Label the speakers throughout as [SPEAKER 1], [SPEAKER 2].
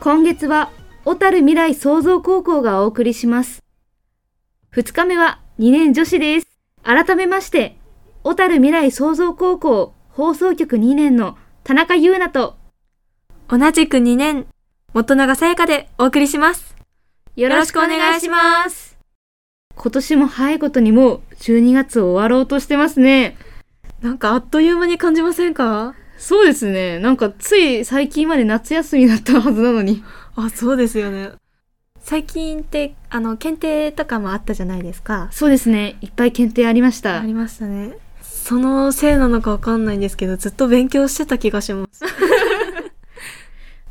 [SPEAKER 1] 今月は小樽未来創造高校がお送りします。2日目は2年女子です。改めまして、小樽未来創造高校放送局2年の田中優奈と
[SPEAKER 2] 同じく2年、元永さやかでお送りします。
[SPEAKER 1] よ
[SPEAKER 2] ろしくお願いし
[SPEAKER 1] ます。今年も早いことにもう12月を終わろうとしてますね。
[SPEAKER 2] なんかあっという間に感じませんか
[SPEAKER 1] そうですね。なんかつい最近まで夏休みだったはずなのに。
[SPEAKER 2] あ、そうですよね。最近って、あの、検定とかもあったじゃないですか。
[SPEAKER 1] そうですね。いっぱい検定ありました
[SPEAKER 2] あ。りましたね。そのせいなのかわかんないんですけど、ずっと勉強してた気がします。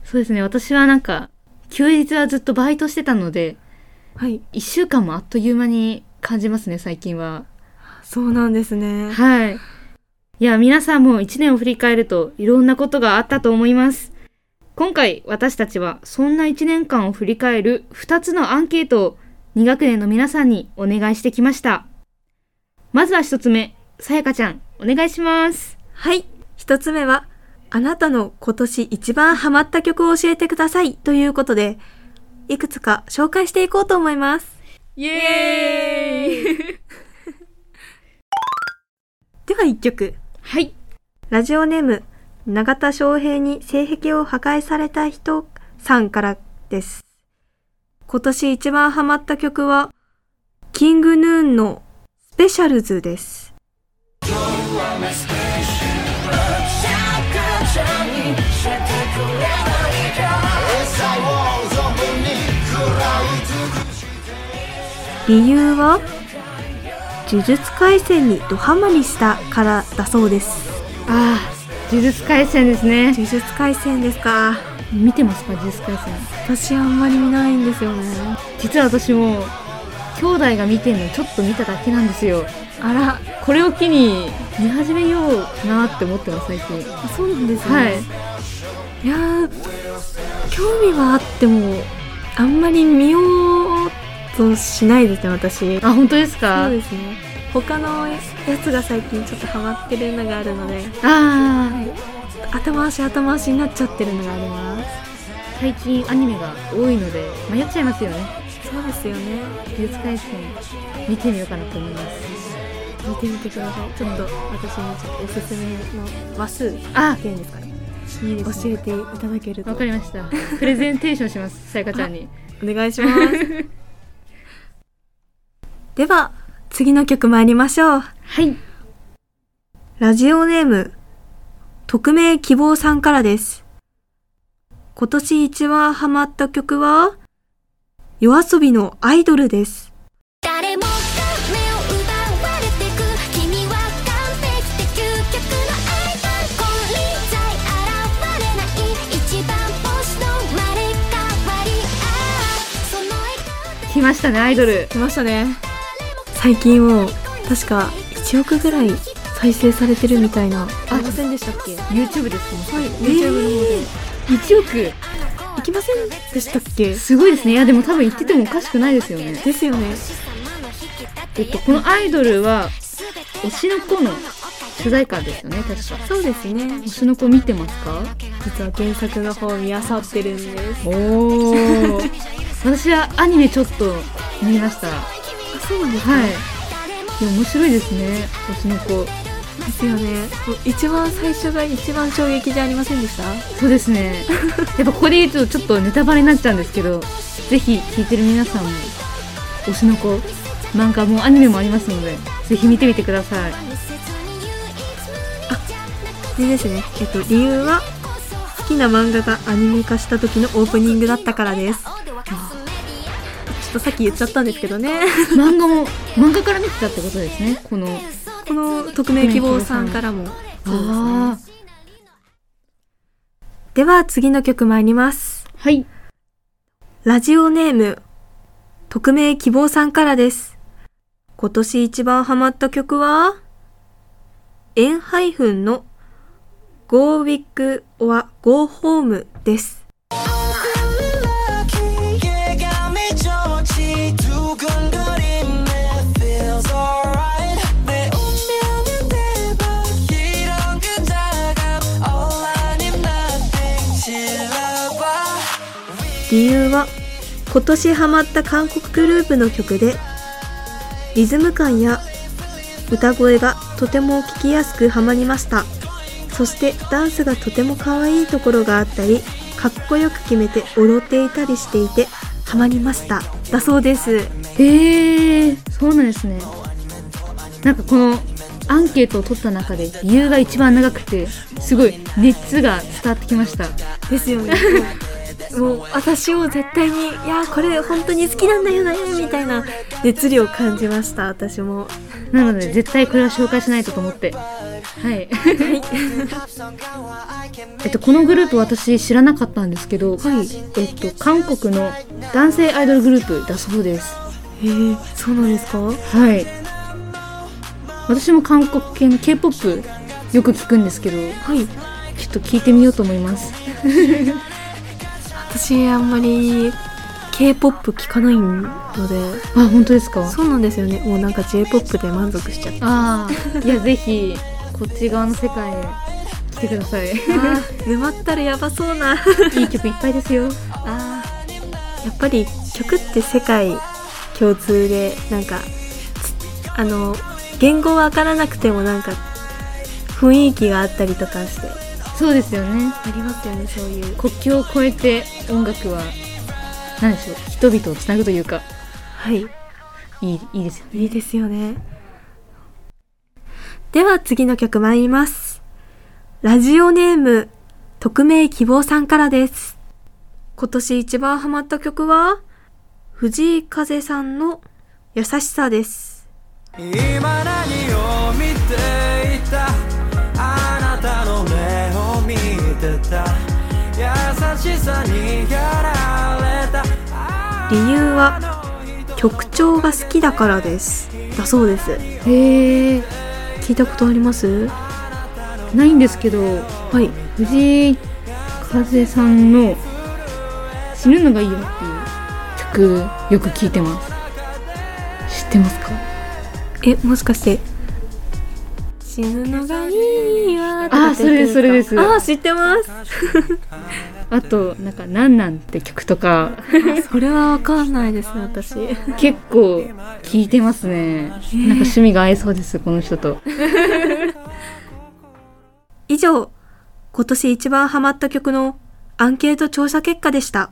[SPEAKER 1] そうですね。私はなんか休日はずっとバイトしてたので、
[SPEAKER 2] はい。
[SPEAKER 1] 一週間もあっという間に感じますね、最近は。
[SPEAKER 2] そうなんですね。
[SPEAKER 1] はい。いや、皆さんも一年を振り返るといろんなことがあったと思います。今回私たちはそんな一年間を振り返る2つのアンケートを2学年の皆さんにお願いしてきました。まずは1つ目、さやかちゃん、お願いします。
[SPEAKER 2] はい。一つ目は、あなたの今年一番ハマった曲を教えてくださいということで、いくつか紹介していこうと思います。
[SPEAKER 1] イ
[SPEAKER 2] エ
[SPEAKER 1] ーイ
[SPEAKER 2] では一曲。
[SPEAKER 1] はい。
[SPEAKER 2] ラジオネーム、永田翔平に性癖を破壊された人さんからです。今年一番ハマった曲は、キングヌーンのスペシャルズです。理由は、呪術廻戦にドハマりしたからだそうです。
[SPEAKER 1] ああ、呪術廻戦ですね。
[SPEAKER 2] 呪術廻戦ですか
[SPEAKER 1] 見てますか、呪術廻戦。
[SPEAKER 2] 私あんまり見ないんですよね
[SPEAKER 1] 実は私も、兄弟が見てるのちょっと見ただけなんですよ。
[SPEAKER 2] あら
[SPEAKER 1] これを機に見始めようかなって思ってます最近
[SPEAKER 2] あそうなんですね、
[SPEAKER 1] はい、
[SPEAKER 2] いやー興味はあってもあんまり見ようとしないですね私
[SPEAKER 1] あ本当ですか
[SPEAKER 2] そうですね他のやつが最近ちょっとハマってるのがあるので
[SPEAKER 1] あ
[SPEAKER 2] 頭足後回しになっちゃってるのがありま
[SPEAKER 1] あ最近アニメが多いので迷っちゃいますよね
[SPEAKER 2] すそうですよね
[SPEAKER 1] 技術回戦見てみようかなと思います
[SPEAKER 2] 見てみてくださいちょっと私のちょっとおすすめの話数って
[SPEAKER 1] あ
[SPEAKER 2] いうんですかね
[SPEAKER 1] いいで
[SPEAKER 2] 教
[SPEAKER 1] すね
[SPEAKER 2] えていただけると
[SPEAKER 1] わかりましたプレゼンテーションしますさやかちゃんに
[SPEAKER 2] お願いします。では、次の曲参りましょう。
[SPEAKER 1] はい
[SPEAKER 2] ラジオネーム、匿名希望さんからです。今年一番ハマった曲は、夜遊びのアイドルです。
[SPEAKER 3] 誰もが目を奪われてく君は完璧で究極のアイドルこれ以上現れない一番星の生まれ変わりああその笑
[SPEAKER 1] 来ましたねアイドル
[SPEAKER 2] 来ましたね。最近もう、確か1億ぐらい再生されてるみたいな。
[SPEAKER 1] ありませ
[SPEAKER 2] んでしたっけ
[SPEAKER 1] YouTube ですね
[SPEAKER 2] はい、YouTube の
[SPEAKER 1] 1
[SPEAKER 2] 行きませんでしたっけ
[SPEAKER 1] 億すごいですねいやでも多分言っててもおかしくないですよね
[SPEAKER 2] ですよね。
[SPEAKER 1] えっとこのアイドルは推しの子の主題歌ですよね確か
[SPEAKER 2] そうですね
[SPEAKER 1] 推。しの子見てますか
[SPEAKER 2] 実は原作の方見漁ってるんです。
[SPEAKER 1] おお私はアニメちょっと見ましたは
[SPEAKER 2] あ、そうなんです
[SPEAKER 1] いいや面白いですね推しの子
[SPEAKER 2] ですよね。一番最初が一番衝撃じゃありませんでした
[SPEAKER 1] そうですね やっぱここで言うとちょっとネタバレになっちゃうんですけどぜひ聞いてる皆さんも推しの子漫画もアニメもありますのでぜひ見てみてください
[SPEAKER 2] でですね、えっと、理由は、好きな漫画がアニメ化した時のオープニングだったからです。ちょっとさっき言っちゃったんですけどね。
[SPEAKER 1] 漫画も漫画から見てたってことですねこの
[SPEAKER 2] この匿名希望さんからも。
[SPEAKER 1] ああ
[SPEAKER 2] では、次の曲参ります。
[SPEAKER 1] はい
[SPEAKER 2] ラジオネーム、匿名希望さんからです。今年一番ハマった曲は、エンハイフンの Go Big or Go Home です。
[SPEAKER 4] 기계감이 좋지 두근거림에 feels alright 내 운명은 대박 이런 그 다감 all 아님 nothing 질러봐 We
[SPEAKER 2] 理由は今年ハマった韓国グループの曲でリズム感や歌声がとても聞きやすくハマりましたそしてダンスがとても可愛いところがあったりかっこよく決めて踊っていたりしていてハマりましただそうです
[SPEAKER 1] へえそうなんですねなんかこのアンケートを取った中で理由が一番長くてすごい熱が伝わってきました
[SPEAKER 2] ですよねもう私を絶対にいやーこれ本当に好きなんだよねみたいな熱量を感じました私も
[SPEAKER 1] なので絶対これは紹介しないとと思ってはい、 えっと、このグループ私知らなかったんですけど、えっと、韓国の男性アイドルグループだそうです
[SPEAKER 2] へえそうなんですか
[SPEAKER 1] はい私も韓国系の k p o p よく聞くんですけど
[SPEAKER 2] はい
[SPEAKER 1] ちょっと聞いてみようと思います
[SPEAKER 2] 私あんまり K-POP 聞かないので
[SPEAKER 1] あ本当ですか
[SPEAKER 2] そうなんですよねもうなんか J-POP で満足しちゃった
[SPEAKER 1] ああいやぜひこっち側の世界へ来てくださ い
[SPEAKER 2] 沼ったらやばそうな
[SPEAKER 1] いい曲いっぱいですよ
[SPEAKER 2] あーやっぱり曲って世界共通でなんかつあの言語わからなくてもなんか雰囲気があったりとかして
[SPEAKER 1] そうですよね
[SPEAKER 2] ありますよねそういう
[SPEAKER 1] 国境を越えて音楽は何でしょう人々をつなぐというか
[SPEAKER 2] はい
[SPEAKER 1] いいいいですよね
[SPEAKER 2] いいですよねでは次の曲参りますラジオネーム匿名希望さんからです今年一番ハマった曲は藤井風さんの優しさです
[SPEAKER 4] 今何を見ていたあなたの目を見てた優しさにやられた
[SPEAKER 2] 理由は曲調が好きだからですだそうです
[SPEAKER 1] へえ
[SPEAKER 2] 聞いたことあります
[SPEAKER 1] ないんですけど
[SPEAKER 2] はい
[SPEAKER 1] 藤井風さんの「死ぬのがいいよ」っていう曲よく聞いてます知ってますか
[SPEAKER 2] えもしかして死ぬのがいいわとかってやつ
[SPEAKER 1] あそれですそれです
[SPEAKER 2] あー知って ます
[SPEAKER 1] あとなんか「なんなん」って曲とか
[SPEAKER 2] それはわかんないです私
[SPEAKER 1] 結構聞いてますねなんか趣味が合いそうですこの人と
[SPEAKER 2] 以上今年一番ハマった曲のアンケート調査結果でした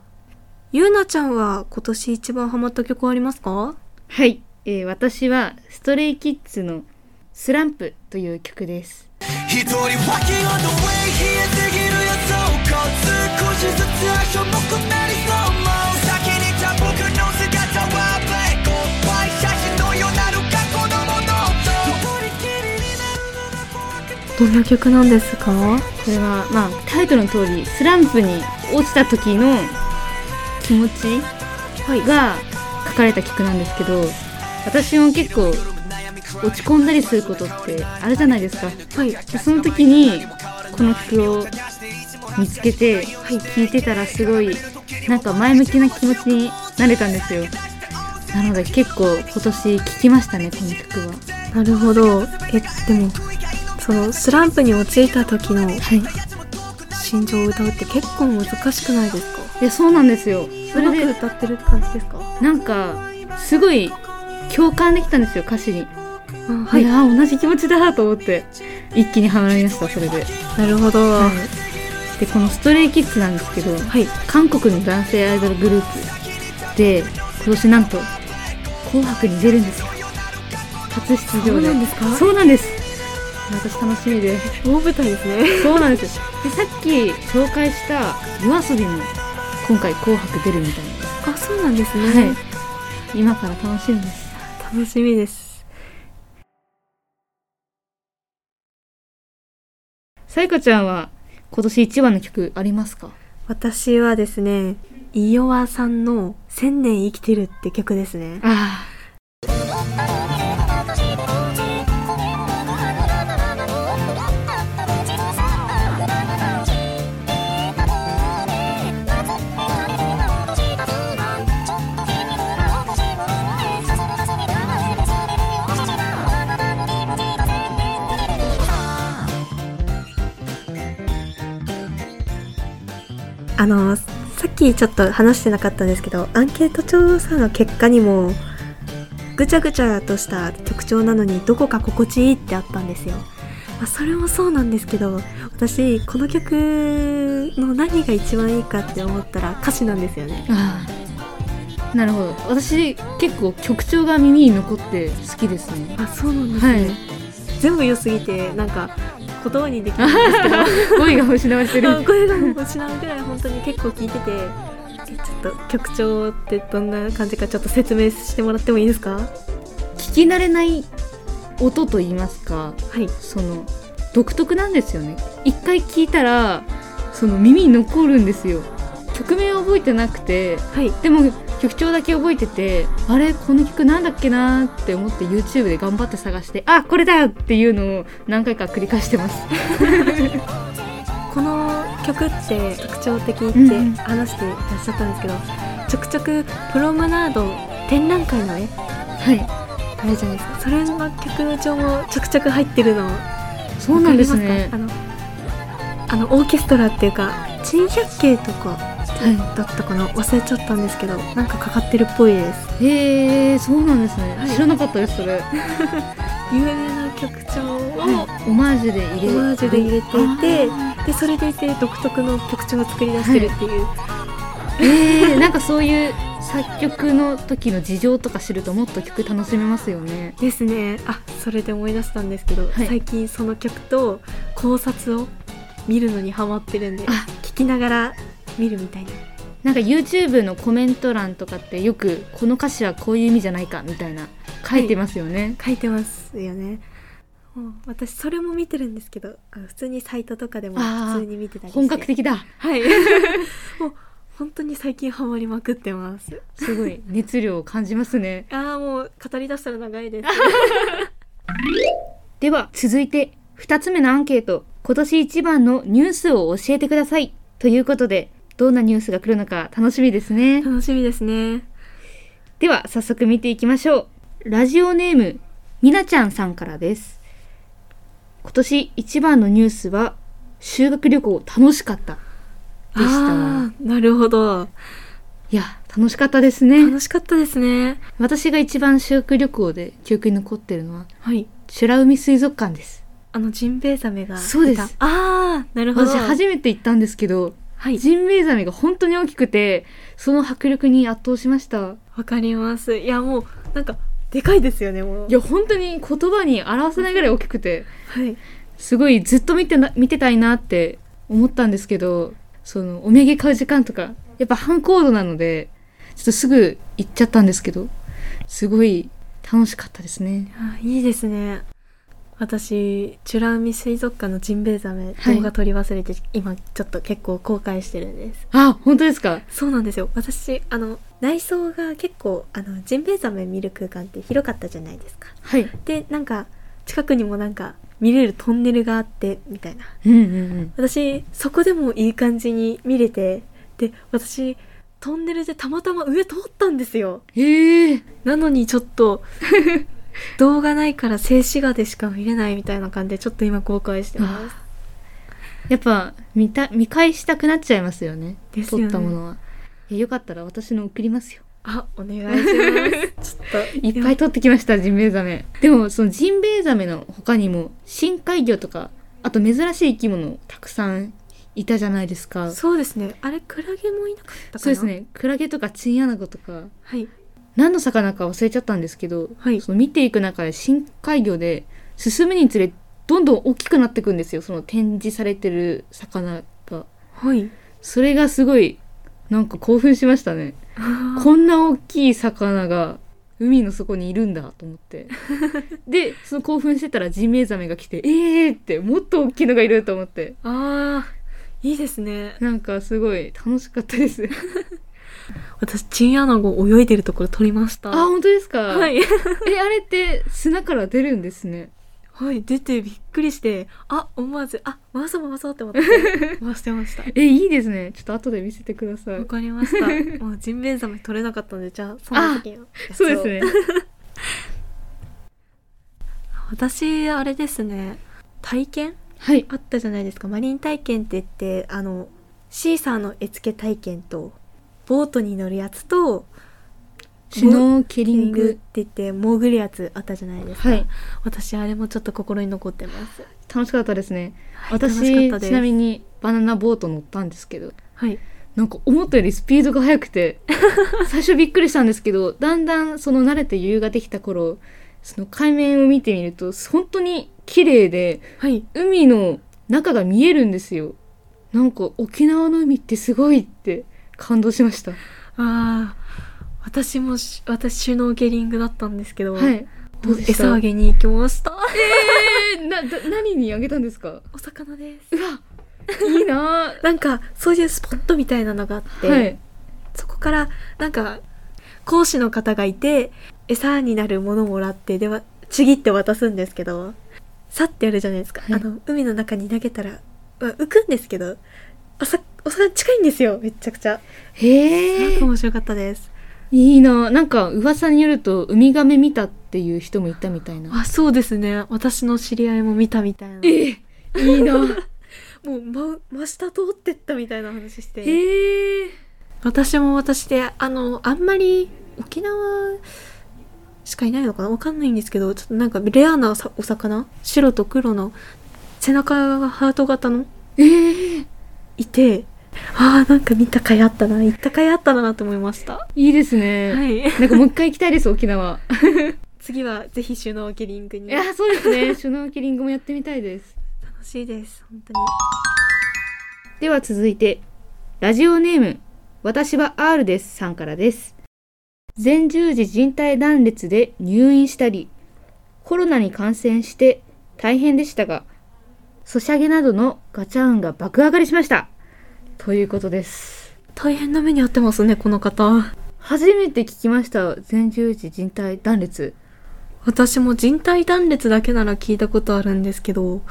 [SPEAKER 2] ゆうなちゃんは今年一番ハマった曲ありますか
[SPEAKER 1] はい、えー私はストレイキッズの「スランプ」という曲です
[SPEAKER 4] 一人 walking on the way 冷えてぎるやつをこつ少しずつしょぼくなりそうも先にいた僕の姿はブレイク怖い写真のようなる過去のものと一人きりになるのが怖くて
[SPEAKER 2] どんな曲なんですか
[SPEAKER 1] これはまあタイトルの通りスランプに落ちた時の気持ちが書かれた曲なんですけど私も結構落ち込んだりすることってあるじゃないですか
[SPEAKER 2] はい
[SPEAKER 1] でその時にこの曲を見つけて聴いてたらすごいなんか前向きな気持ちになれたんですよなので結構今年聴きましたねこの曲は
[SPEAKER 2] なるほどえでもそのスランプに陥った時の
[SPEAKER 1] はい
[SPEAKER 2] 心情を歌うって結構難しくないですか
[SPEAKER 1] いやそうなんですよそうれ
[SPEAKER 2] まく
[SPEAKER 1] で
[SPEAKER 2] 歌ってる感じですか
[SPEAKER 1] なんかすごい共感できたんですよ歌詞に、、
[SPEAKER 2] はいい
[SPEAKER 1] やー同じ気持ちだと思って一気にハマりましたそれで
[SPEAKER 2] なるほどは
[SPEAKER 1] でこのストレイキッズなんですけど
[SPEAKER 2] い
[SPEAKER 1] 韓国の男性アイドルグループで今年なんと「紅白」に出るんですよ初出場で
[SPEAKER 2] そうなんですか
[SPEAKER 1] そうなんです私楽しみで
[SPEAKER 2] 大舞台ですね
[SPEAKER 1] そうなんですよでさっき紹介した YOASOBI も今回「紅白」出るみたい
[SPEAKER 2] あそうなんです
[SPEAKER 1] な、はい、今から楽しみです
[SPEAKER 2] 楽しみです
[SPEAKER 1] さゆかちゃんは今年一番の曲ありますか
[SPEAKER 2] 私はですねイオワさんの「千年生きてる」って曲ですね
[SPEAKER 1] あ
[SPEAKER 2] あのさっきちょっと話してなかったんですけどアンケート調査の結果にもぐちゃぐちゃとした曲調なのにどこか心地いいってあったんですよ、まあ、それもそうなんですけど私この曲の何が一番いいかって思ったら歌詞なんですよね
[SPEAKER 1] ああなるほど私結構曲調が耳に残って好きですね
[SPEAKER 2] あそうなんですね、
[SPEAKER 1] はい
[SPEAKER 2] 全部良すぎてなんか言葉にできないんですけど
[SPEAKER 1] 語彙が失われて
[SPEAKER 2] あ
[SPEAKER 1] る
[SPEAKER 2] 声が失うぐらい本当に結構聞いててえちょっと曲調ってどんな感じかちょっと説明してもらってもいいですかは
[SPEAKER 1] 聞き慣れない音と言いますか
[SPEAKER 2] い
[SPEAKER 1] その独特なんですよね一回聞いたらその耳に残るんですよ曲名を覚えてなくて
[SPEAKER 2] はい
[SPEAKER 1] でも曲調だけ覚えててあれこの曲なんだっけなーって思って YouTube で頑張って探してあこれだっていうのを何回か繰り返して ます
[SPEAKER 2] この曲って特徴的っ
[SPEAKER 1] うんうん
[SPEAKER 2] て話していらっしゃったんですけど、ちょくちょくプロムナード展覧会の絵
[SPEAKER 1] はい
[SPEAKER 2] あれじゃないですかそれの曲調もちょくちょく入ってるの
[SPEAKER 1] そうなんです
[SPEAKER 2] わ
[SPEAKER 1] ね
[SPEAKER 2] かりますかあのあのオーケストラっていうか「珍百景」とか
[SPEAKER 1] は
[SPEAKER 2] だったかな忘れちゃったんですけどなんかかかってるっぽいです
[SPEAKER 1] いへえそうなんですね、
[SPEAKER 2] はい
[SPEAKER 1] 知らなかったですそれ
[SPEAKER 2] 有名な曲調を
[SPEAKER 1] オマージュで入れ
[SPEAKER 2] オマージュで入れて いて
[SPEAKER 1] あ
[SPEAKER 2] でそれでいて独特の曲調を作り出してるってい
[SPEAKER 1] ー
[SPEAKER 2] う、
[SPEAKER 1] へえなんかそういう作曲の時の事情とか知るともっと曲楽しめますよね
[SPEAKER 2] ですねあそれで思い出したんですけど、
[SPEAKER 1] はい
[SPEAKER 2] 最近その曲と考察を見るのにハマってるんで
[SPEAKER 1] あ
[SPEAKER 2] 聞きながら見るみたいな
[SPEAKER 1] なんか YouTube のコメント欄とかってよくこの歌詞はこういう意味じゃないかみたいな書いてますよね、
[SPEAKER 2] 書いてますよねもう私それも見てるんですけどあの普通にサイトとかでも
[SPEAKER 1] あー
[SPEAKER 2] 普通に見てたりして
[SPEAKER 1] 本格的だ
[SPEAKER 2] はいもう本当に最近ハマりまくってます
[SPEAKER 1] すごい熱量を感じますね
[SPEAKER 2] ああもう語り出したら長いです
[SPEAKER 1] では続いて2つ目のアンケート今年一番のニュースを教えてくださいということでどんなニュースが来るのか楽しみですね
[SPEAKER 2] 楽しみですね
[SPEAKER 1] では早速見ていきましょうラジオネームみなちゃんさんからです今年一番のニュースは修学旅行楽しかったでした
[SPEAKER 2] あーなるほど
[SPEAKER 1] いや楽しかったですね
[SPEAKER 2] 楽しかったですね
[SPEAKER 1] 私が一番修学旅行で記憶に残ってるのは
[SPEAKER 2] はい
[SPEAKER 1] 美ら海水族館です
[SPEAKER 2] あのジンベエザメがいた
[SPEAKER 1] そうです
[SPEAKER 2] ああなるほど
[SPEAKER 1] 私初めて行ったんですけど
[SPEAKER 2] はい
[SPEAKER 1] ジンベエザメが本当に大きくてその迫力に圧倒しました
[SPEAKER 2] わかりますいやもうなんかでかいですよねもう
[SPEAKER 1] いや本当に言葉に表せないぐらい大きくて
[SPEAKER 2] はい
[SPEAKER 1] すごいずっと見てな見てたいなって思ったんですけどそのお土産買う時間とかやっぱ半高度なのでちょっとすぐ行っちゃったんですけどすごい楽しかったですね
[SPEAKER 2] あいいですね私美ら海水族館のジンベエザメ
[SPEAKER 1] はい
[SPEAKER 2] 動画撮り忘れて、今ちょっと結構後悔してるんです
[SPEAKER 1] あ本当ですか
[SPEAKER 2] そうなんですよ私あの内装が結構あのジンベエザメ見る空間って広かったじゃないですか
[SPEAKER 1] はい
[SPEAKER 2] でなんか近くにもなんか見れるトンネルがあってみたいな
[SPEAKER 1] うんうん
[SPEAKER 2] 私そこでもいい感じに見れてで私トンネルでたまたま上通ったんですよ
[SPEAKER 1] うんへえ
[SPEAKER 2] なのにちょっ と動画ないから静止画でしか見れないみたいな感じでちょっと今後悔してます
[SPEAKER 1] やっぱ見た見返したくなっちゃいますよね
[SPEAKER 2] ですよね
[SPEAKER 1] 撮ったものはいやよかったら私の送りますよ
[SPEAKER 2] あお願いしますちょっと
[SPEAKER 1] いっぱい撮ってきましたジンベエザメでもそのジンベエザメの他にも深海魚とかあと珍しい生き物たくさんいたじゃないです かそ
[SPEAKER 2] そうですねあれクラゲもいなかったかな
[SPEAKER 1] うですねクラゲとかチンアナゴとか
[SPEAKER 2] はい
[SPEAKER 1] 何の魚か忘れちゃったんですけど、
[SPEAKER 2] はい
[SPEAKER 1] その見ていく中で深海魚で進むにつれどんどん大きくなっていくんですよその展示されてる魚が
[SPEAKER 2] はい
[SPEAKER 1] それがすごいなんか興奮しましたね
[SPEAKER 2] あー
[SPEAKER 1] こんな大きい魚が海の底にいるんだと思って でその興奮してたらジンベエザメが来て「えー!」ってもっと大きいのがいると思って
[SPEAKER 2] あーいいですね
[SPEAKER 1] なんかすごい楽しかったです
[SPEAKER 2] 私チンアナゴ泳いでるところ撮りました
[SPEAKER 1] あ本当ですか、
[SPEAKER 2] はい
[SPEAKER 1] え あれって砂から出るんですね
[SPEAKER 2] はい、出てびっくりして、あ、思わず、あ、回そう回そうって思 って、回してました。
[SPEAKER 1] えいいですねちょっと後で見せてくださ
[SPEAKER 2] わ
[SPEAKER 1] い
[SPEAKER 2] かりま した。もうジンベエザメ取れなかったので、じゃあ、その時のやつ
[SPEAKER 1] そ
[SPEAKER 2] を
[SPEAKER 1] うですね。
[SPEAKER 2] 私、あれですね、体験
[SPEAKER 1] はい
[SPEAKER 2] あったじゃないですか。マリン体験って言って、あの、シーサーの絵付け体験とボートに乗るやつと
[SPEAKER 1] シュノーケ
[SPEAKER 2] キ
[SPEAKER 1] リ
[SPEAKER 2] ン
[SPEAKER 1] ン
[SPEAKER 2] グっ
[SPEAKER 1] グ
[SPEAKER 2] て。言って潜るやつあったじゃないですか、
[SPEAKER 1] はい
[SPEAKER 2] 私あれもちょっと心に残ってます、
[SPEAKER 1] 楽しかったですね。
[SPEAKER 2] はい楽し
[SPEAKER 1] 私、
[SPEAKER 2] かったです
[SPEAKER 1] ちなみにバナナボート乗ったんですけど、
[SPEAKER 2] はい
[SPEAKER 1] なんか思ったよりスピードが速く て、最初びっくりしたんですけど、だんだんその慣れて余裕ができた頃、その海面を見てみると、本当に綺麗で、
[SPEAKER 2] はい
[SPEAKER 1] 海の中が見えるんですよ。なんか沖縄の海ってすごいって感動しました。
[SPEAKER 2] あー私もし私シュノーケリングだったんですけど、
[SPEAKER 1] はい。どうでした
[SPEAKER 2] 餌あげに行き ました
[SPEAKER 1] えーな、だ何にあげたんですか
[SPEAKER 2] お魚です
[SPEAKER 1] うわ、いいなぁ
[SPEAKER 2] なんかそういうスポットみたいなのがあ って、
[SPEAKER 1] はい。
[SPEAKER 2] そこからなんか講師の方がいて餌になるものもらってではちぎって渡すんですけどさってやるじゃないですか、
[SPEAKER 1] はい
[SPEAKER 2] あの海の中に投げたら、まあ、浮くんですけどおさお魚近いんですよめちゃくちゃす
[SPEAKER 1] へ
[SPEAKER 2] ご
[SPEAKER 1] え
[SPEAKER 2] く。面白かったです、
[SPEAKER 1] いいなぁなんか噂によると、ウミガメ見たっていう人もいたみたいな。
[SPEAKER 2] あそうですね私の知り合いも見たみたいな
[SPEAKER 1] ええいいなぁ
[SPEAKER 2] もう真真下通ってったみたいな話して
[SPEAKER 1] へえ。
[SPEAKER 2] 私も私であのあんまり沖縄しかいないのかなわかんないんですけどちょっとなんかレアなさお魚白と黒の背中がハート型の
[SPEAKER 1] ええ
[SPEAKER 2] いてあーなんか見た甲斐あったな行った甲斐あったなと思いました
[SPEAKER 1] いいですね。
[SPEAKER 2] はい
[SPEAKER 1] なんかもう一回行きたい です、沖縄。
[SPEAKER 2] 次はぜひシュノーケリング
[SPEAKER 1] い
[SPEAKER 2] に楽
[SPEAKER 1] や、そうです ね。シュノーケリングもやってみたいです。
[SPEAKER 2] しいです本当
[SPEAKER 1] では続いてラジオネーム私は R ですさんからです前十字靭帯断裂で入院したりコロナに感染して大変でしたがソシャゲなどのガチャ運が爆上がりしましたということです
[SPEAKER 2] に大変な目に遭ってますねこの方
[SPEAKER 1] 初めて聞きました前十字靭帯断裂
[SPEAKER 2] 私も人体断裂だけなら聞いたことあるんですけど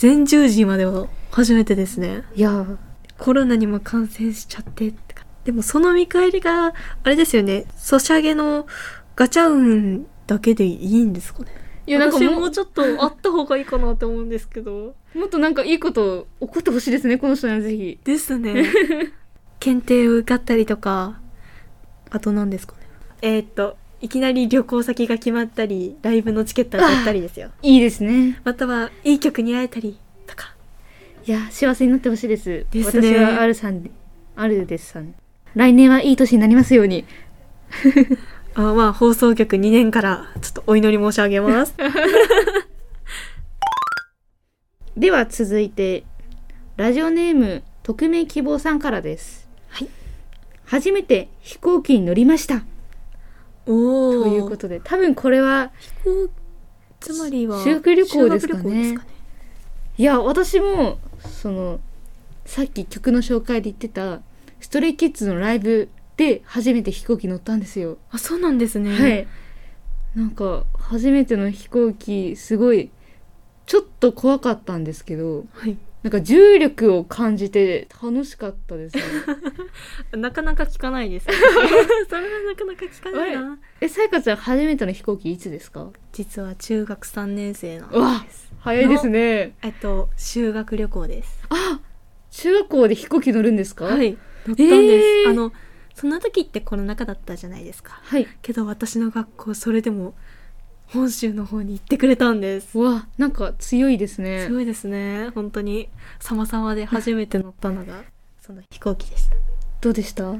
[SPEAKER 2] 前十字までは初めてですね
[SPEAKER 1] いやー
[SPEAKER 2] コロナにも感染しちゃってってかでもその見返りがあれですよねソシャゲのガチャ運だけでいいんですかね
[SPEAKER 1] いやなんか
[SPEAKER 2] 私
[SPEAKER 1] も
[SPEAKER 2] もうちょっとあった方がいいかなって思うんですけど
[SPEAKER 1] もっとなんかいいこと起こってほしいですねこの人にはぜひ
[SPEAKER 2] です ね検定を受かったりとかあと何ですかねえーっといきなり旅行先が決まったりライブのチケット当たったりですよ
[SPEAKER 1] いいですね
[SPEAKER 2] またはいい曲に会えたりとか
[SPEAKER 1] いや、幸せになってほしいです。
[SPEAKER 2] ですね
[SPEAKER 1] 私は R さんで、R ですさん。来年はいい年になりますように。
[SPEAKER 2] あまあ放送局2年からちょっとお祈り申し上げます
[SPEAKER 1] では続いて、ラジオネーム、匿名希望さんからです。
[SPEAKER 2] はい。
[SPEAKER 1] 初めて飛行機に乗りました。
[SPEAKER 2] お
[SPEAKER 1] と
[SPEAKER 2] お
[SPEAKER 1] いうことで、多分これは、
[SPEAKER 2] こうつまりは
[SPEAKER 1] 修学旅行ですかね
[SPEAKER 2] 修学旅行ですか
[SPEAKER 1] いや、私も、その、さっき曲の紹介で言ってた、ストレイキッズのライブで初めて飛行機乗ったんですよ。
[SPEAKER 2] あそうなんですね、
[SPEAKER 1] はい。なんか、初めての飛行機、すごい、ちょっと怖かったんですけど、
[SPEAKER 2] はい
[SPEAKER 1] なんか重力を感じて楽しかったですね。
[SPEAKER 2] なかなか聞かないです、ね、 それはなかなか聞かないな、
[SPEAKER 1] え、さやかちゃん、初めての飛行機いつですか
[SPEAKER 2] 実は中学3年生なん
[SPEAKER 1] うわ
[SPEAKER 2] です
[SPEAKER 1] 早いですね。
[SPEAKER 2] えっと修学旅行です
[SPEAKER 1] あ中学校で飛行機乗るんですか
[SPEAKER 2] は。い乗ったんです、
[SPEAKER 1] えー
[SPEAKER 2] あのその時ってコロナ禍だったじゃないですか
[SPEAKER 1] はい。
[SPEAKER 2] けど私の学校それでも本州の方に行ってくれたんです
[SPEAKER 1] うわ、なんか強いですね
[SPEAKER 2] す。ごいですね本当に様々で初めて乗ったのがその飛行機でした
[SPEAKER 1] どうでしたあ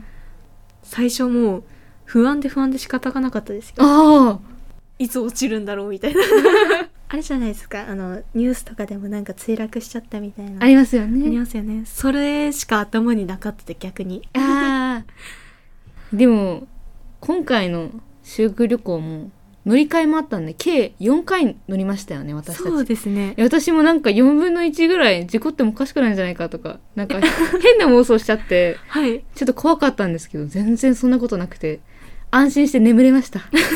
[SPEAKER 2] 最初もう不安で不安で仕方がなかったですけど
[SPEAKER 1] あ
[SPEAKER 2] いつ落ちるんだろうみたいな あれじゃないですかあのニュースとかでもなんか墜落しちゃったみたいな
[SPEAKER 1] ありますよ
[SPEAKER 2] あり
[SPEAKER 1] ね。
[SPEAKER 2] ますよねそれしか頭になかったで逆に
[SPEAKER 1] ああ。でも、今回の修学旅行も、乗り換えもあったんで、計4回乗りましたよね、私たち。
[SPEAKER 2] そうですね
[SPEAKER 1] いや私もなんか4分の1ぐらい事故ってもおかしくないんじゃないかとかなんか変な妄想しちゃって
[SPEAKER 2] はい
[SPEAKER 1] ちょっと怖かったんですけど全然そんなことなくて安心して眠れました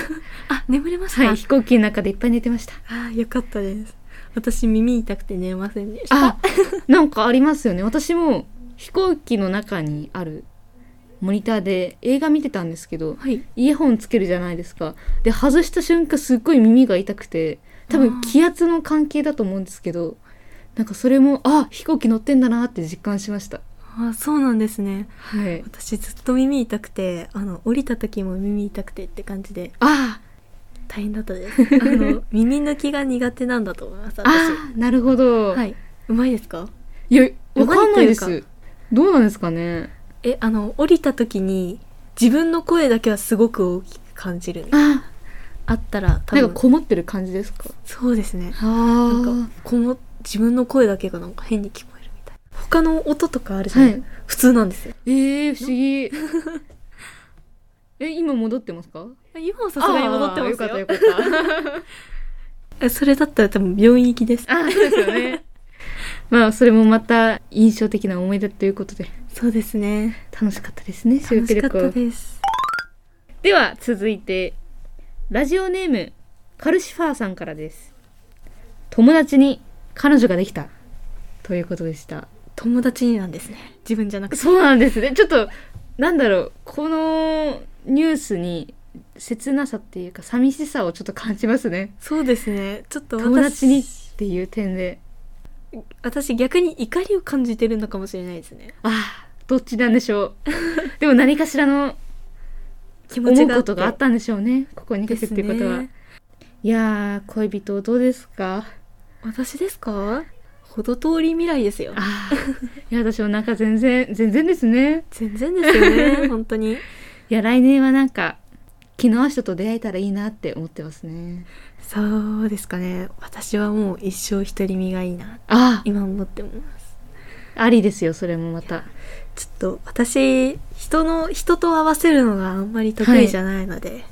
[SPEAKER 2] あ眠れました、
[SPEAKER 1] はい飛行機の中でいっぱい寝てました
[SPEAKER 2] あよかったです私耳痛くて寝れませんでした
[SPEAKER 1] あなんかありますよね私も飛行機の中にあるモニターで映画見てたんですけど
[SPEAKER 2] はい
[SPEAKER 1] イヤホンつけるじゃないですかで外した瞬間すっごい耳が痛くて多
[SPEAKER 2] あ
[SPEAKER 1] 分
[SPEAKER 2] ー
[SPEAKER 1] 気圧の関係だと思うんですけどなんかそれもあ飛行機乗ってんだなって実感しました
[SPEAKER 2] ああそうなんですね
[SPEAKER 1] はい。
[SPEAKER 2] 私ずっと耳痛くてあの降りた時も耳痛くてって感じで
[SPEAKER 1] あ
[SPEAKER 2] 大変だった ですあの耳抜きが苦手なんだと思います
[SPEAKER 1] あ、
[SPEAKER 2] 私
[SPEAKER 1] ああ、なるほど。
[SPEAKER 2] はいいうまいですか
[SPEAKER 1] いや、わかんないで。
[SPEAKER 2] うます
[SPEAKER 1] どうなんですかね。
[SPEAKER 2] えあの降りた時に自分の声だけはすごく大きく感じる
[SPEAKER 1] あ
[SPEAKER 2] あったら
[SPEAKER 1] あ、
[SPEAKER 2] 多
[SPEAKER 1] なん
[SPEAKER 2] 分
[SPEAKER 1] かこもってる感じですか。
[SPEAKER 2] そうですねな
[SPEAKER 1] あ
[SPEAKER 2] んかこの自分の声だけがなんか変に聞こえるみたいな他の音とかあるじ
[SPEAKER 1] あ。
[SPEAKER 2] ゃ
[SPEAKER 1] は
[SPEAKER 2] ない、
[SPEAKER 1] い。
[SPEAKER 2] 普通なんですよ
[SPEAKER 1] ええ、不思議。 え、今戻ってますか。
[SPEAKER 2] 今はさすがに戻ってますよ
[SPEAKER 1] ああよかった、よかった。
[SPEAKER 2] えそれだったら多分病院行きです
[SPEAKER 1] あそうですよね。 まあそれもまた印象的な思い出ということで
[SPEAKER 2] そうですね
[SPEAKER 1] 楽しかったですね修学
[SPEAKER 2] 楽し
[SPEAKER 1] 旅
[SPEAKER 2] かった
[SPEAKER 1] 行で
[SPEAKER 2] です
[SPEAKER 1] は続いてラジオネームカルシファーさんからです友達に彼女ができたということでした
[SPEAKER 2] 友達になんですね自分じゃなくて
[SPEAKER 1] そうなんですねちょっとなんだろうこのニュースに切なさっていうか寂しさをちょっと感じますね
[SPEAKER 2] そうですねちょっと私
[SPEAKER 1] 友達にっていう点で
[SPEAKER 2] 私逆に怒りを感じてるのかもしれないですね
[SPEAKER 1] ああどっちなんでし ょうでも何かしらの
[SPEAKER 2] 気持
[SPEAKER 1] 思
[SPEAKER 2] ち
[SPEAKER 1] う
[SPEAKER 2] があ
[SPEAKER 1] こ
[SPEAKER 2] って
[SPEAKER 1] とがあったんでしょうねここに来
[SPEAKER 2] で
[SPEAKER 1] てっ
[SPEAKER 2] す
[SPEAKER 1] ていうことは、
[SPEAKER 2] ね
[SPEAKER 1] いやー恋人どうですか
[SPEAKER 2] 私ですかほど通り未来ですよ
[SPEAKER 1] あーいや私もなんか全然全然ですね
[SPEAKER 2] 全然ですよ ね本当に
[SPEAKER 1] いや来年はなんか気の合う人と出会えたらいいなって思ってますね
[SPEAKER 2] そうですかね私はもう一生独り身がいいな
[SPEAKER 1] あ
[SPEAKER 2] 今思ってます
[SPEAKER 1] あありですよそれもまた
[SPEAKER 2] ちょっと私人の人と合わせるのがあんまり得意じゃないので、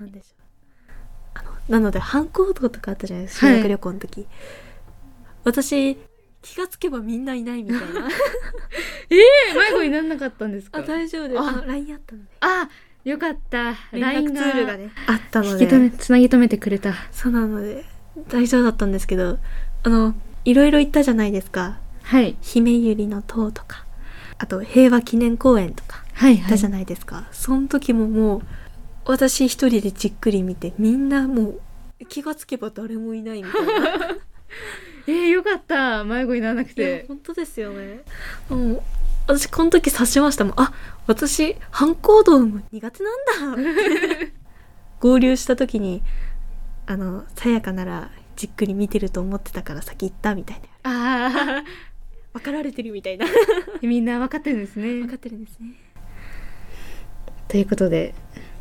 [SPEAKER 2] なんでしょうあのなので反行動とかあったじゃないですか
[SPEAKER 1] はい
[SPEAKER 2] 修学旅行の時、私気がつけばみんないないみたい な
[SPEAKER 1] え迷子にならなかったんですか
[SPEAKER 2] あ大丈夫です
[SPEAKER 1] あ
[SPEAKER 2] あの LINE あったので
[SPEAKER 1] あよかった
[SPEAKER 2] 連
[SPEAKER 1] LINE
[SPEAKER 2] 絡ツ
[SPEAKER 1] が
[SPEAKER 2] ールがねあったの
[SPEAKER 1] 引
[SPEAKER 2] で
[SPEAKER 1] き止めつなぎ止めてくれた
[SPEAKER 2] そうなので大丈夫だったんですけどあのいろいろ行ったじゃないですか
[SPEAKER 1] はい
[SPEAKER 2] 姫ゆりの塔とかあと平和記念公園とか
[SPEAKER 1] はい
[SPEAKER 2] 行っ
[SPEAKER 1] は
[SPEAKER 2] た
[SPEAKER 1] い
[SPEAKER 2] じゃないですか、その時ももう私一人でじっくり見てみんなもう気がつけば誰もいないみたいない
[SPEAKER 1] えー、よかった迷子にならなく
[SPEAKER 2] や
[SPEAKER 1] て
[SPEAKER 2] 本当ですよねもう私この時察しましたもんあ私反行動も苦手なんだ 合流した時にあのさやかならじっくり見てると思ってたから先行ったみたいな
[SPEAKER 1] あ
[SPEAKER 2] 分かられてるみたいな
[SPEAKER 1] あ みんな分かってるんですね
[SPEAKER 2] 分かってるんですね
[SPEAKER 1] ということで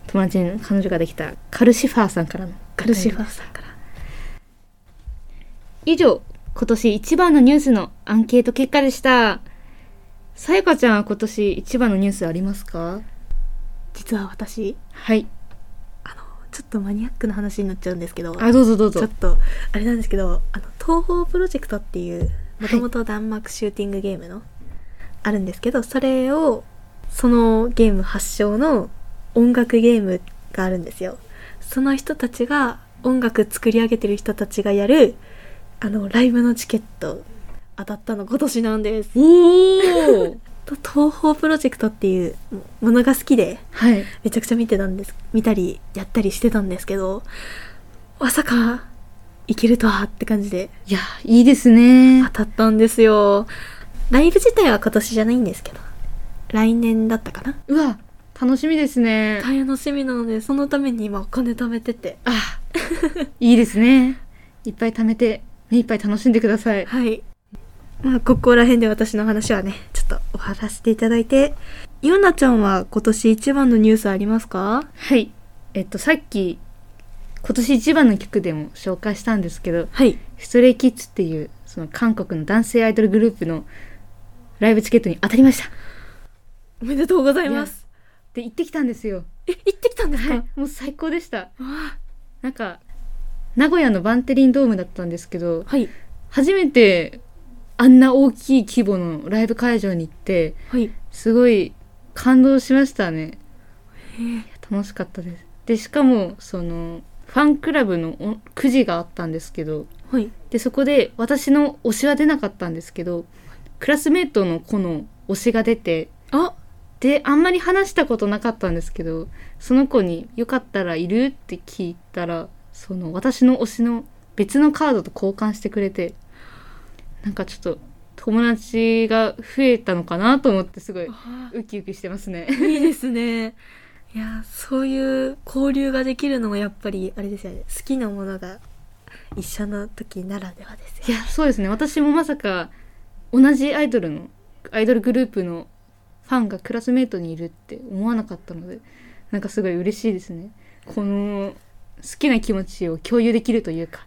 [SPEAKER 1] 友達に彼女ができたカルシファーさんからの
[SPEAKER 2] カルシファ
[SPEAKER 1] ー
[SPEAKER 2] ーさんから
[SPEAKER 1] 以上今年一番のニュースのアンケート結果でしたさやかちゃんは今年一番のニュースありますか
[SPEAKER 2] 実は私
[SPEAKER 1] はい
[SPEAKER 2] ちょっとマニアックな話になっちゃうんですけど
[SPEAKER 1] あどうぞどう
[SPEAKER 2] ちょ
[SPEAKER 1] ぞ
[SPEAKER 2] っとあれなんですけどあの東方プロジェクトっていうもともと弾幕シューティングゲームの、あるんですけどそれをそのゲーム発祥の音楽ゲームがあるんですよその人たちが音楽作り上げてる人たちがやるあのライブのチケット当たったの今年なんです
[SPEAKER 1] おお
[SPEAKER 2] と東方プロジェクトっていうものが好きで
[SPEAKER 1] はい
[SPEAKER 2] めちゃくちゃ見てたんです見たりやったりしてたんですけどまさかいけるとはって感じで
[SPEAKER 1] いやいいですね
[SPEAKER 2] 当たったんですよライブ自体は今年じゃないんですけど来年だったかな
[SPEAKER 1] うわ楽しみですね
[SPEAKER 2] 大変楽しみなのでそのために今お金貯めてて
[SPEAKER 1] あいいですねいっぱい貯めて目いっぱい楽しんでください
[SPEAKER 2] はいまあここら辺で私の話はねちょっと終わらせていただいてゆうなちゃんは今年一番のニュースありますか
[SPEAKER 1] はいえっとさっき今年一番の曲でも紹介したんですけど
[SPEAKER 2] はい
[SPEAKER 1] ストレイキッズっていうその韓国の男性アイドルグループのライブチケットに当たりました
[SPEAKER 2] おめでとうございます
[SPEAKER 1] で行ってきたんですよ
[SPEAKER 2] え行ってきたんですか、
[SPEAKER 1] もう最高でした
[SPEAKER 2] わ
[SPEAKER 1] なんか名古屋のバンテリンドームだったんですけど
[SPEAKER 2] あはい
[SPEAKER 1] 初めてあんな大きい規模のライブ会場に行って
[SPEAKER 2] はい
[SPEAKER 1] すごい感動しましたねいや楽しかったですでしかもそのファンクラブのおくじがあったんですけど
[SPEAKER 2] はい
[SPEAKER 1] でそこで私の推しは出なかったんですけどクラスメートの子の推しが出て
[SPEAKER 2] あ
[SPEAKER 1] であんまり話したことなかったんですけどその子に「よかったらいる?」って聞いたらその私の推しの別のカードと交換してくれてなんかちょっと友達が増えたのかなと思ってすごい
[SPEAKER 2] あ
[SPEAKER 1] ウキウキしてますね。
[SPEAKER 2] ー いいですね。いや、そういう交流ができるのもやっぱり、あれですよね。好きなものが一緒の時ならではですよ
[SPEAKER 1] い
[SPEAKER 2] ね。
[SPEAKER 1] やそうですね私もまさか同じアイドルのアイドルグループのファンがクラスメートにいるって思わなかったのでなんかすごい嬉しいですねこの好きな気持ちを共有できるというか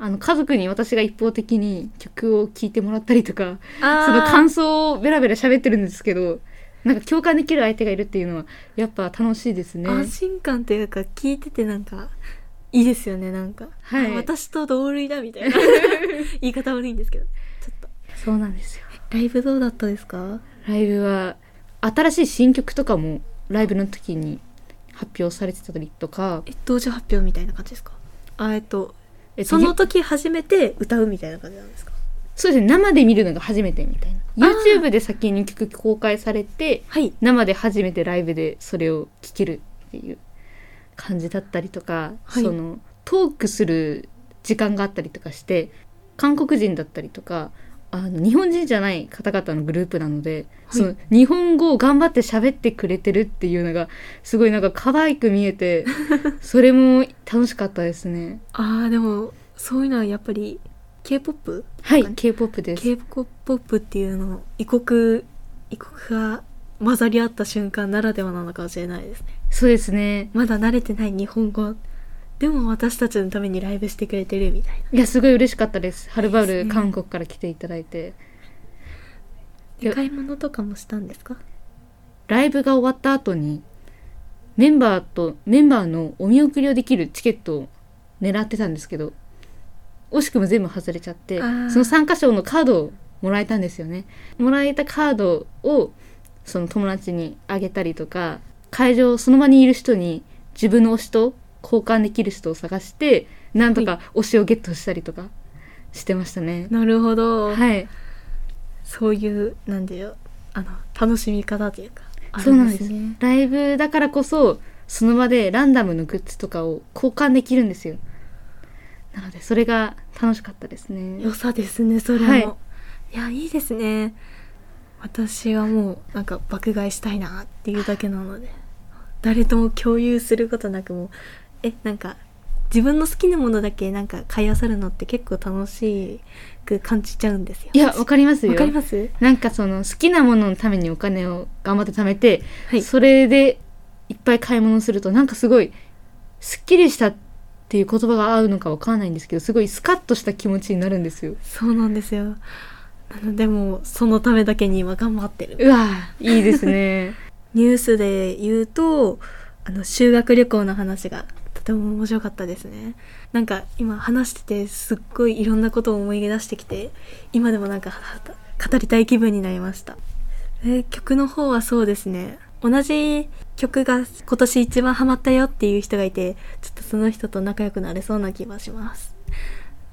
[SPEAKER 1] あの家族に私が一方的に曲を聴いてもらったりとか
[SPEAKER 2] あー
[SPEAKER 1] その感想をベラベラ喋ってるんですけどなんか共感できる相手がいるっていうのはやっぱ楽しいですね
[SPEAKER 2] 安心感というか聞いててなんかいいですよねなんか、
[SPEAKER 1] はい
[SPEAKER 2] あ私と同類だみたいな 言い方悪いんですけどちょっと
[SPEAKER 1] そうなんですよ
[SPEAKER 2] ライブどうだったですか
[SPEAKER 1] ライブは新しい新曲とかもライブの時に発表されてたりとか、
[SPEAKER 2] え同時発表みたいな感じですかあえっと
[SPEAKER 1] えっと
[SPEAKER 2] その時初めて歌うみたいな感じなんですか
[SPEAKER 1] そうですね生で見るのが初めてみたいな
[SPEAKER 2] あー
[SPEAKER 1] YouTube で先に曲公開されて
[SPEAKER 2] はい
[SPEAKER 1] 生で初めてライブでそれを聴けるっていう感じだったりとか、
[SPEAKER 2] はい
[SPEAKER 1] そのトークする時間があったりとかして韓国人だったりとかあの日本人じゃない方々のグループなので、
[SPEAKER 2] はい
[SPEAKER 1] その日本語を頑張って喋ってくれてるっていうのがすごいなんか可愛く見え てそれも楽しかったですね。
[SPEAKER 2] あーでもそういうのはやっぱり K-POP?
[SPEAKER 1] はい K-POP です
[SPEAKER 2] K-Pop っていうの異国異国が混ざり合った瞬間ならではなのかもしれないですね
[SPEAKER 1] そうですね
[SPEAKER 2] まだ慣れてない日本語でも私たちのためにライブしてくれてるみたいない
[SPEAKER 1] やすごい嬉しかったですはるば
[SPEAKER 2] です
[SPEAKER 1] る
[SPEAKER 2] ね
[SPEAKER 1] 韓国から来ていただいて
[SPEAKER 2] で買い物とかもしたんですか
[SPEAKER 1] ライブが終わった後にメンバーとメンバーのお見送りをできるチケットを狙ってたんですけど惜しくも全部外れちゃって
[SPEAKER 2] あー
[SPEAKER 1] その参加賞のカードをもらえたんですよねもらえたカードをその友達にあげたりとか会場その場にいる人に自分の推しと交換できる人を探してなんとか推しをゲットしたりとかしてましたね
[SPEAKER 2] なるほど、
[SPEAKER 1] はい
[SPEAKER 2] そういうなんだよあの楽しみ方というかあ
[SPEAKER 1] そう
[SPEAKER 2] る
[SPEAKER 1] なんん
[SPEAKER 2] で
[SPEAKER 1] ですす
[SPEAKER 2] ね
[SPEAKER 1] ライブだからこそその場でランダムのグッズとかを交換できるんですよなのでそれが楽しかったですね
[SPEAKER 2] 良さですねそれも、
[SPEAKER 1] はい
[SPEAKER 2] い、やいいですね私はもうなんか爆買いしたいなっていうだけなので誰とも共有することなくもうえなんか自分の好きなものだけなんか買いあさるのって結構楽しく感じちゃうんですよ
[SPEAKER 1] いやわかりますよ
[SPEAKER 2] わかります
[SPEAKER 1] なんかその好きなもののためにお金を頑張って貯めて、
[SPEAKER 2] はい
[SPEAKER 1] それでいっぱい買い物するとなんかすごいすっきりしたっていう言葉が合うのかわかんないんですけどすごいスカッとした気持ちになるんですよ
[SPEAKER 2] そうなんですよなのでもうそのためだけに今頑張ってる
[SPEAKER 1] うわーいいですね
[SPEAKER 2] ニュースで言うとあの修学旅行の話がとても面白かったですねなんか今話しててすっごいいろんなことを思い出してきて今でもなんか語りたい気分になりましたえー曲の方はそうですね同じ曲が今年一番ハマったよっていう人がいてちょっとその人と仲良くなれそうな気がします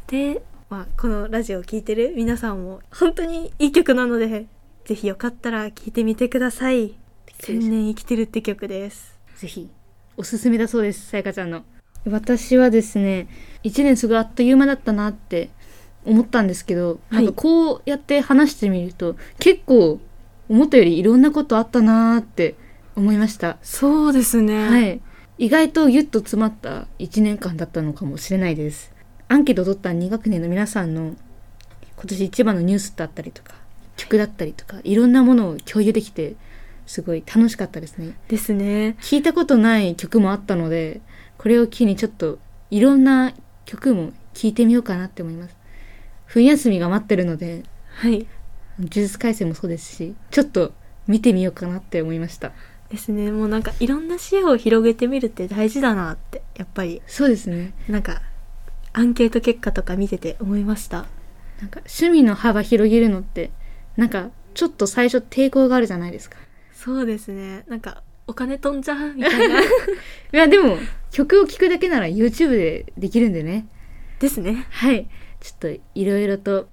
[SPEAKER 2] で、まあ、このラジオを聴いてる皆さんも本当にいい曲なのでぜひよかったら聴いてみてください「千年生きてる」って曲です
[SPEAKER 1] ぜひおすすめだそうですさやかちゃんの私はですね1年すごいあっという間だったなって思ったんですけど、
[SPEAKER 2] はい
[SPEAKER 1] なんかこうやって話してみると結構思ったよりいろんなことあったなーって思いました、
[SPEAKER 2] そうですね
[SPEAKER 1] はい意外とギュッと詰まった1年間だったのかもしれないですアンケートを取った2学年の皆さんの今年一番のニュースだったりとか曲だったりとかいろんなものを共有できてすごい楽しかったですね
[SPEAKER 2] ですね
[SPEAKER 1] 聞いたことない曲もあったのでこれを機にちょっといろんな曲も聴いてみようかなって思います冬休みが待ってるので
[SPEAKER 2] はい
[SPEAKER 1] 呪術廻戦もそうですしちょっと見てみようかなって思いました
[SPEAKER 2] ですねもうなんかいろんな視野を広げてみるって大事だなってやっぱり
[SPEAKER 1] そうですね
[SPEAKER 2] なんかアンケート結果とか見てて思いました
[SPEAKER 1] なんか趣味の幅広げるのってなんかちょっと最初抵抗があるじゃないですか
[SPEAKER 2] そうですねなんかお金飛んじゃうみたいな
[SPEAKER 1] いやでも曲を聴くだけなら YouTube でできるんでね
[SPEAKER 2] ですね
[SPEAKER 1] はいちょっといろいろと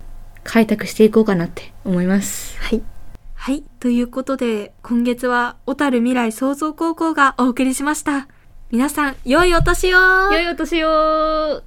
[SPEAKER 1] 開拓していこうかなって思います
[SPEAKER 2] はいはいということで今月は小樽未来創造高校がお送りしました皆さん良いお年を
[SPEAKER 1] 良いお年を